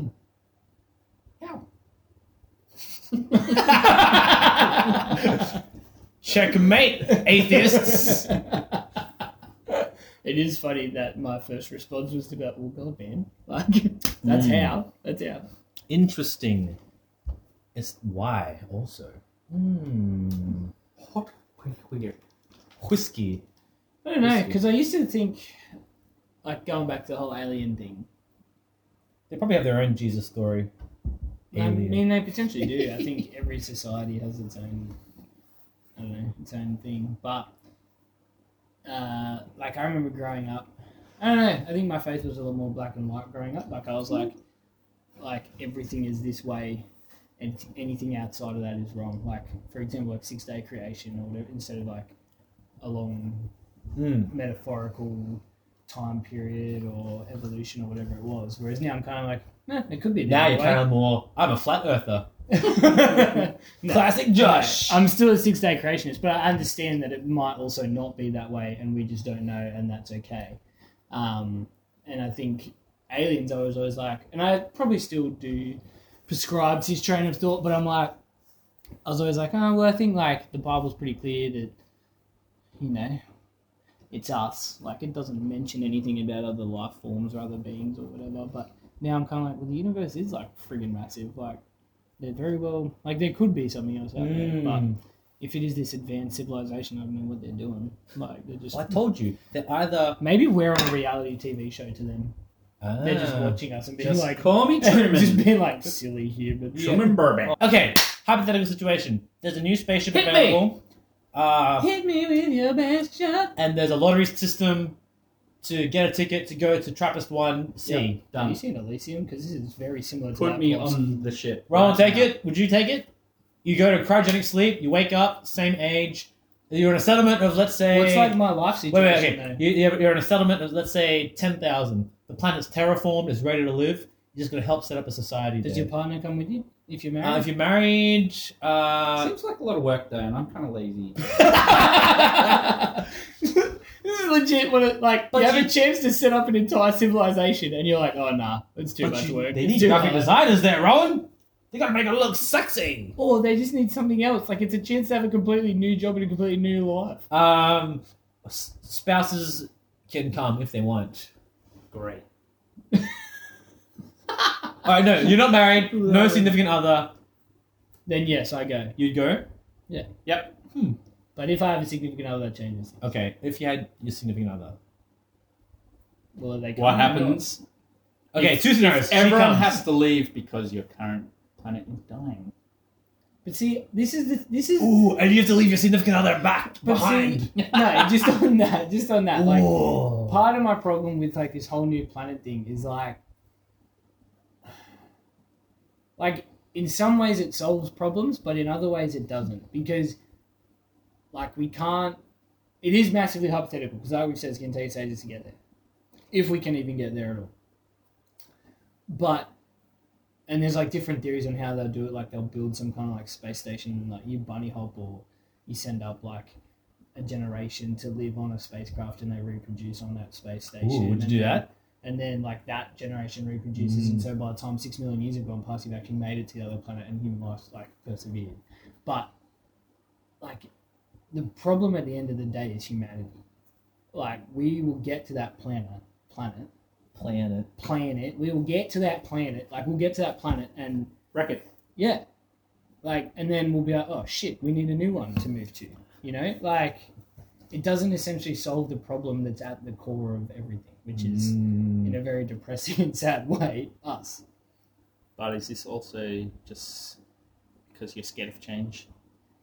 Speaker 3: <laughs>
Speaker 1: Checkmate, atheists.
Speaker 3: It is funny that my first response was about, well, God, man. Like, <laughs> that's
Speaker 1: Mm.
Speaker 3: how. That's how.
Speaker 1: Interesting. It's why also. Hmm.
Speaker 2: Hot, weird.
Speaker 1: whiskey.
Speaker 3: I don't know
Speaker 1: Whiskey.
Speaker 3: because I used to think, like going back to the whole alien thing.
Speaker 1: They probably have their own Jesus story.
Speaker 3: I
Speaker 1: Alien.
Speaker 3: mean, they potentially do. I
Speaker 1: <laughs>
Speaker 3: think every society has its own, I don't know, its own thing. But uh, like I remember growing up, I don't know. I think my faith was a little more black and white growing up. Like I was like, like everything is this way, and anything outside of that is wrong. Like for example, like six day creation or whatever, instead of like a long
Speaker 1: Mm.
Speaker 3: metaphorical time period or evolution or whatever it was. Whereas now I'm kind of like, nah, it could be. a
Speaker 1: Now you're
Speaker 3: different way.
Speaker 1: kind of more. I'm a flat earther. <laughs>
Speaker 3: No.
Speaker 1: Classic Josh.
Speaker 3: I'm still a six day creationist, but I understand that it might also not be that way, and we just don't know, and that's okay. Um, and I think aliens, I was always like, and I probably still do prescribe to his train of thought, but I'm like, I was always like, oh, well, I think like the Bible's pretty clear that, you know, it's us. Like, it doesn't mention anything about other life forms or other beings or whatever, but now I'm kind of like, well, the universe is like friggin' massive. Like, they're very well, like, there could be something else out there, but
Speaker 1: Mm.
Speaker 3: if it is this advanced civilization, I don't know what they're doing. Like they're just
Speaker 1: Well, I told you they're either.
Speaker 3: maybe we're on a reality TV show to them. They're just
Speaker 1: Ah.
Speaker 3: watching us and being
Speaker 1: Just
Speaker 3: like,
Speaker 1: <laughs> call me Truman.
Speaker 3: <laughs> just being like silly here, but
Speaker 1: Truman Burbank. Okay, hypothetical situation. There's a new spaceship
Speaker 3: Hit me.
Speaker 1: available. Uh,
Speaker 3: hit me with your best shot.
Speaker 1: and there's a lottery system to get a ticket to go to Trappist 1C.
Speaker 3: Have you
Speaker 2: Done.
Speaker 3: seen Elysium? Because this is very similar to
Speaker 2: Put
Speaker 3: that
Speaker 2: me
Speaker 3: plot.
Speaker 2: on the ship.
Speaker 1: Rowan,
Speaker 2: Right
Speaker 1: take it. Would you take it? You go to cryogenic sleep. You wake up, same age. You're in a settlement of let's say.
Speaker 3: Well, it's like my life
Speaker 1: wait, wait,
Speaker 3: situation.
Speaker 1: okay. You, you're you're in a settlement of let's say ten thousand. The planet's terraformed, is ready to live. You're just gonna help set up a society.
Speaker 3: though. Does
Speaker 1: there.
Speaker 3: your partner come with you if you're
Speaker 1: Uh,
Speaker 3: married?
Speaker 1: if you're married,
Speaker 2: now.
Speaker 1: uh,
Speaker 2: Seems like a lot of work though, and I'm kind of lazy.
Speaker 3: <laughs> this is legit. What it, like
Speaker 1: But
Speaker 3: you have
Speaker 1: you-
Speaker 3: a chance to set up an entire civilization, and you're like, oh nah, it's too
Speaker 1: but
Speaker 3: much
Speaker 1: you-
Speaker 3: work.
Speaker 1: they
Speaker 3: It's
Speaker 1: need
Speaker 3: too
Speaker 1: graphic
Speaker 3: hard."
Speaker 1: designers there, Rowan. They gotta make it look sexy.
Speaker 3: Or they just need something else. Like it's a chance to have a completely new job and a completely new life.
Speaker 1: Um, s- spouses can come if they want.
Speaker 2: Great.
Speaker 1: All right, no, you're not married. No significant other.
Speaker 3: Then yes, I go.
Speaker 1: You'd go.
Speaker 3: But if I have a significant other, that changes.
Speaker 1: Okay, if you had your significant other.
Speaker 3: Well, they
Speaker 2: What
Speaker 3: come
Speaker 2: happens?
Speaker 1: Okay,
Speaker 2: If-
Speaker 1: two scenarios. She
Speaker 2: Everyone
Speaker 1: comes.
Speaker 2: has to leave because your current planet is dying.
Speaker 3: But see, this is the this is
Speaker 1: Ooh, and you have to leave your significant other back
Speaker 3: but
Speaker 1: behind.
Speaker 3: See, no, just on that, just on that. Like
Speaker 1: Ooh.
Speaker 3: part of my problem with like this whole new planet thing is like, like in some ways it solves problems, but in other ways it doesn't because, like, we can't. It is massively hypothetical because, like we said, it's going to take us ages to get there, if we can even get there at all. But and there's like different theories on how they'll do it. Like they'll build some kind of like space station, and like you bunny hop, or you send up like a generation to live on a spacecraft and they reproduce on that space station.
Speaker 1: Ooh, would you
Speaker 3: And
Speaker 1: do
Speaker 3: then-
Speaker 1: that?
Speaker 3: And then like that generation reproduces, and so by the time six million years have gone past, you've actually made it to the other planet, and human life's like persevered. But like the problem at the end of the day is humanity. Like we will get to that planet, planet,
Speaker 1: Planet.
Speaker 3: planet. We will get to that planet. Like we'll get to that planet, and
Speaker 2: Wreck it.
Speaker 3: yeah, like and then we'll be like, oh shit, we need a new one to move to. You know, like it doesn't essentially solve the problem that's at the core of everything, which
Speaker 1: Mm.
Speaker 3: is in a very depressing and sad way us.
Speaker 2: But is this also just because you're scared of <laughs> change?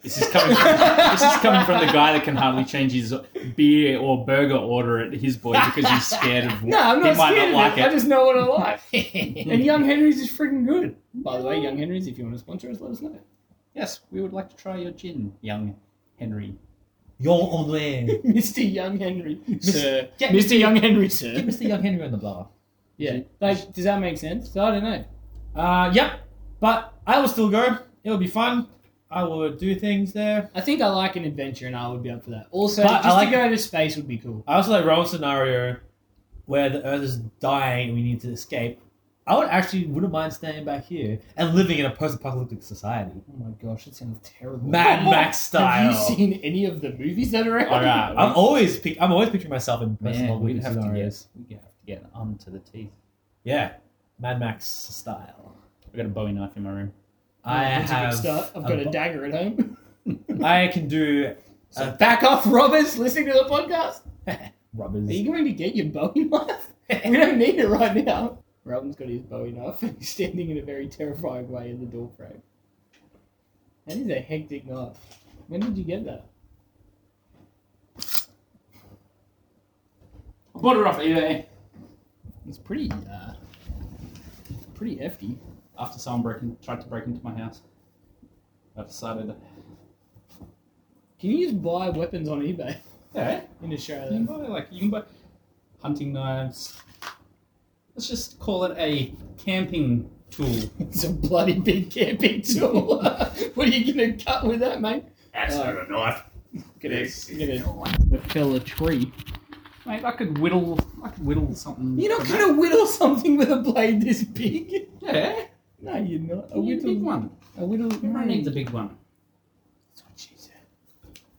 Speaker 2: This is coming. From,
Speaker 3: <laughs>
Speaker 2: this is coming from the guy that can hardly change his beer or burger order at his boy because he's scared
Speaker 3: <laughs>
Speaker 2: of.
Speaker 3: No, I'm not
Speaker 2: he might
Speaker 3: scared
Speaker 2: not like
Speaker 3: of it. I just know what I like. and Young Henry's is freaking good. By the way, Young Henry's, if you want to sponsor us, let us know. <laughs>
Speaker 2: Yes, we would like to try your gin, young Henry.
Speaker 1: Your own land.
Speaker 3: Mr. Young Henry, sir.
Speaker 1: Get
Speaker 3: Mr. Young Henry,
Speaker 1: Get
Speaker 3: sir.
Speaker 1: Mr. Young Henry on the blower.
Speaker 3: Yeah. Like, does that make sense? I don't know.
Speaker 1: Uh, yep. But I will still go. It will be fun. I will do things there.
Speaker 3: I think I like an adventure, and I would be up for that. Also,
Speaker 1: But I
Speaker 3: just
Speaker 1: like-
Speaker 3: to go to space would be cool.
Speaker 1: I also like Rowan's scenario where the Earth is dying and we need to escape. I would actually wouldn't mind staying back here and living in a post-apocalyptic society,
Speaker 3: Oh my gosh, that sounds terrible. <laughs>
Speaker 1: Mad Max style.
Speaker 3: Have you seen any of the movies that are out?
Speaker 2: All right.
Speaker 1: I'm always pic- I'm always picturing myself in personal
Speaker 2: Man, we'd have to
Speaker 1: scenarios.
Speaker 2: get. We'd have to get on to the teeth.
Speaker 1: Yeah, Mad Max style.
Speaker 2: I got a Bowie knife in my room.
Speaker 1: I
Speaker 3: That's a good
Speaker 1: have.
Speaker 3: start. I've got a
Speaker 1: a-
Speaker 3: dagger at home.
Speaker 1: I can do
Speaker 3: So <laughs> back off, robbers, listening to the podcast. Are
Speaker 1: Robbers.
Speaker 3: you going to get your Bowie <laughs> knife? we don't need it right now. Robin's got his Bowie knife and he's standing in a very terrifying way in the door frame. That is a hectic knife. When did you get that?
Speaker 2: I bought it off eBay
Speaker 3: It's pretty, uh, pretty hefty.
Speaker 2: after someone broke in, tried to break into my house. I decided,
Speaker 3: Can you just buy weapons on eBay
Speaker 2: yeah,
Speaker 3: in
Speaker 2: you can
Speaker 3: Australia?
Speaker 2: buy like you can buy hunting knives. Let's just call it a camping tool.
Speaker 3: It's a bloody big camping tool.
Speaker 2: <laughs>
Speaker 3: what are you going to cut with that, mate?
Speaker 2: That's
Speaker 3: not
Speaker 2: a knife.
Speaker 3: Get You're gonna fell a tree.
Speaker 2: Mate, I could whittle. I could whittle something.
Speaker 3: You're not
Speaker 2: from
Speaker 3: gonna whittle something with a blade this big.
Speaker 2: that. Yeah,
Speaker 3: No, you're not.
Speaker 2: a big one.
Speaker 3: A whittle.
Speaker 2: Everyone needs a big one.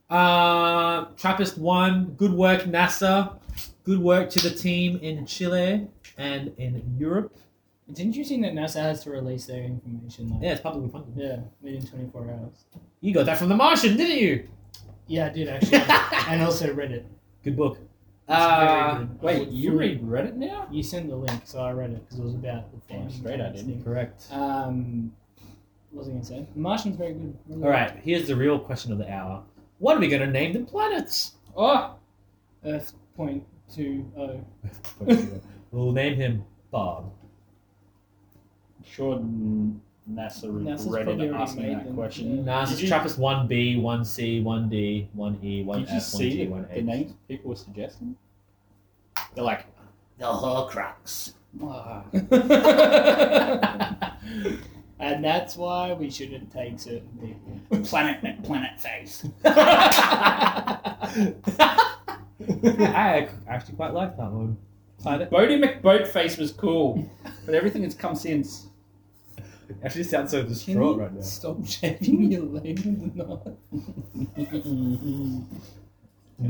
Speaker 1: Uh, Trappist one. Good work, NASA. Good work to the team in Chile and in Europe.
Speaker 3: It's interesting that NASA has to release their information. Like,
Speaker 1: Yeah, it's publicly funded.
Speaker 3: yeah, within 24 hours.
Speaker 1: You got that from The Martian, didn't you? <laughs>
Speaker 3: Yeah, I did actually,
Speaker 2: <laughs>
Speaker 3: and also read it.
Speaker 1: Good book.
Speaker 3: very
Speaker 1: Uh,
Speaker 3: good.
Speaker 2: Wait, you read Reddit now?
Speaker 3: You sent the link, so I read it because it was about the
Speaker 2: Damn
Speaker 3: Martian
Speaker 2: straight I
Speaker 3: thing.
Speaker 2: did.
Speaker 1: correct.
Speaker 3: Um, what was I gonna say? The Martian's very good.
Speaker 1: All right, here's the real question of the hour. What are we going to name the planets?
Speaker 2: Oh,
Speaker 3: Earth point two oh.
Speaker 1: <laughs> we'll name him Bob.
Speaker 2: sure. NASA
Speaker 3: NASA's probably already made them. Yeah.
Speaker 1: NASA's
Speaker 2: Did you-
Speaker 1: Trappist 1B, 1C, 1D, 1E, 1F,
Speaker 2: Did you
Speaker 1: 1G,
Speaker 2: see the,
Speaker 1: 1H.
Speaker 2: the names people were suggesting? They're like,
Speaker 1: The Horcrux.
Speaker 2: ah,
Speaker 3: and that's why we shouldn't take certain
Speaker 2: <laughs>
Speaker 3: people.
Speaker 2: planet, planet face.
Speaker 1: <laughs> I actually quite like that one. Planet.
Speaker 2: Bodie McBoatface was cool, but everything that's come <laughs> since.
Speaker 1: Actually sounds so
Speaker 3: Can
Speaker 1: distraught
Speaker 3: you
Speaker 1: right now.
Speaker 3: Stop shaving your leg with the knife.
Speaker 2: I'm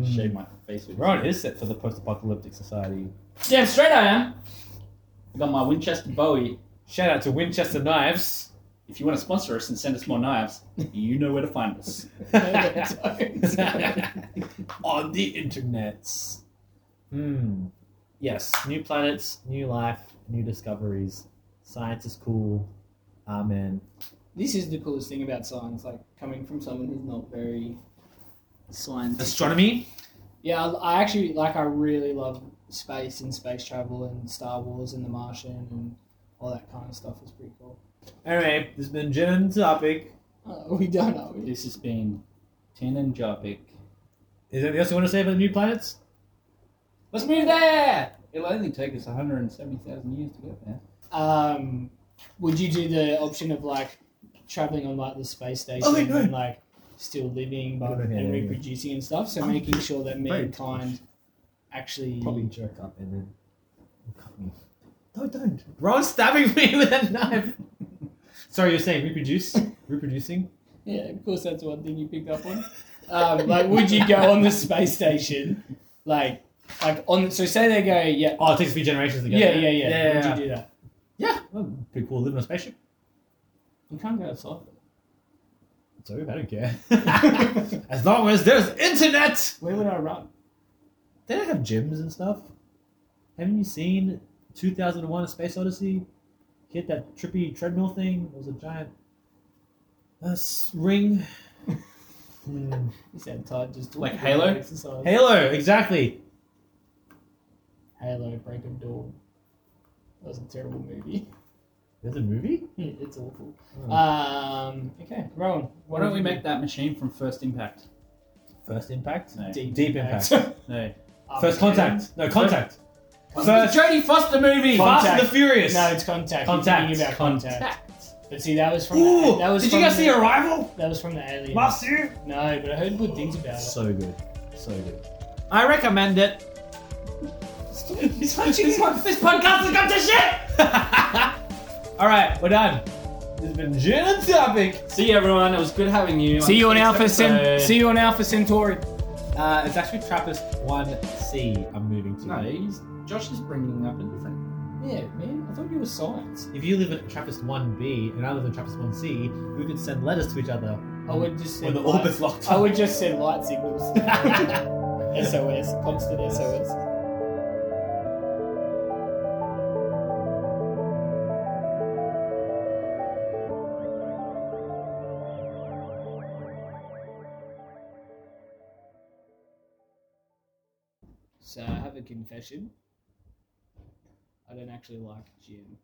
Speaker 2: gonna shave my face with
Speaker 1: We're on his set for the post-apocalyptic society.
Speaker 2: Damn straight I am. I got my Winchester Bowie.
Speaker 1: Shout out to Winchester Knives. <laughs>
Speaker 2: If you want to sponsor us and send us more knives, <laughs> you know where to find us.
Speaker 1: on
Speaker 2: <laughs>
Speaker 1: the internets. Hmm. Yes, new planets, new life, new discoveries. Science is cool. Amen.
Speaker 3: This is the coolest thing about science, like coming from someone who's not very science.
Speaker 1: Astronomy.
Speaker 3: Yeah, I I actually like. I really love space and space travel and Star Wars and The Martian and all that kind of stuff. is pretty cool.
Speaker 1: Anyway, this has been Jen and Topic.
Speaker 3: Oh, we don't know. We
Speaker 2: This has been Tin and Jopic.
Speaker 1: Is there anything else you want to say about the new planets?
Speaker 2: Let's move there! It'll only take us 170,000 years to get there.
Speaker 3: Um, would you do the option of like traveling on like the space station
Speaker 1: Oh, wait,
Speaker 3: and
Speaker 1: no.
Speaker 3: then, like still living but,
Speaker 1: Go ahead,
Speaker 3: and
Speaker 1: yeah, yeah.
Speaker 3: reproducing and stuff? So making sure that mankind actually
Speaker 1: Probably jerk up and then cut me. No, don't. Ron's stabbing me <laughs> with a knife. Sorry, you're saying reproduce, reproducing.
Speaker 3: yeah, of course that's one thing you picked up on. Um, like, would you go on the space station, like like on? So say they go, yeah,
Speaker 1: Oh, it takes a few generations to get
Speaker 3: yeah, yeah,
Speaker 1: there.
Speaker 3: yeah.
Speaker 1: yeah.
Speaker 3: would
Speaker 1: yeah.
Speaker 3: you do that?
Speaker 1: Yeah, well, pretty cool living on a spaceship.
Speaker 3: You can't go outside.
Speaker 1: So I don't care. <laughs> as long as there's internet.
Speaker 3: Where would I run?
Speaker 1: They don't have gyms and stuff. Haven't you seen 2001: A Space Odyssey? Hit that trippy treadmill thing. It was a giant uh, s- <laughs> ring. Hmm.
Speaker 3: You sound tired just
Speaker 2: Like
Speaker 3: talking about
Speaker 2: Halo?
Speaker 3: Exercise.
Speaker 1: Halo, exactly.
Speaker 3: Halo, Break of Dawn. That was a terrible movie. <laughs>
Speaker 1: There's a movie.
Speaker 3: it's awful.
Speaker 1: Oh.
Speaker 3: Um, okay, Rowan.
Speaker 2: Why don't we make that machine from First Impact?
Speaker 1: First Impact.
Speaker 2: No.
Speaker 3: deep,
Speaker 1: Deep
Speaker 3: <laughs>
Speaker 2: No.
Speaker 1: First Contact. No Contact. First
Speaker 2: Jodie Foster movie!
Speaker 1: Fast and
Speaker 3: Contact.
Speaker 1: the Furious.
Speaker 3: No, it's contact.
Speaker 1: Contact.
Speaker 3: You're thinking about contact. But see, that was from
Speaker 1: Ooh,
Speaker 3: that was
Speaker 1: did you
Speaker 3: from
Speaker 1: guys see
Speaker 3: the,
Speaker 1: Arrival?
Speaker 3: that was from the alien.
Speaker 1: Last year.
Speaker 3: No, but I heard good things about it.
Speaker 1: So good. So good. I recommend it. <laughs> He's punching this, pod- this podcast has got to <laughs> shit! Alright, we're done. This has been Gin and Topic.
Speaker 2: See you, everyone. It was good having you.
Speaker 3: See you on Alpha
Speaker 2: Episode-
Speaker 3: Cent- See you on Alpha Centauri.
Speaker 1: Uh, it's actually Trappist 1C I'm moving to.
Speaker 2: No, he's, Josh is bringing up a different.
Speaker 3: Yeah, man. I thought you were science.
Speaker 1: If you live in Trappist 1B and I live in Trappist 1C, we could send letters to each other
Speaker 3: I would just say
Speaker 4: When the
Speaker 3: light-
Speaker 4: orb is locked.
Speaker 1: Oh,
Speaker 3: I would just send light signals. <laughs> SOS, constant SOS. So I have a confession. I don't actually like gin.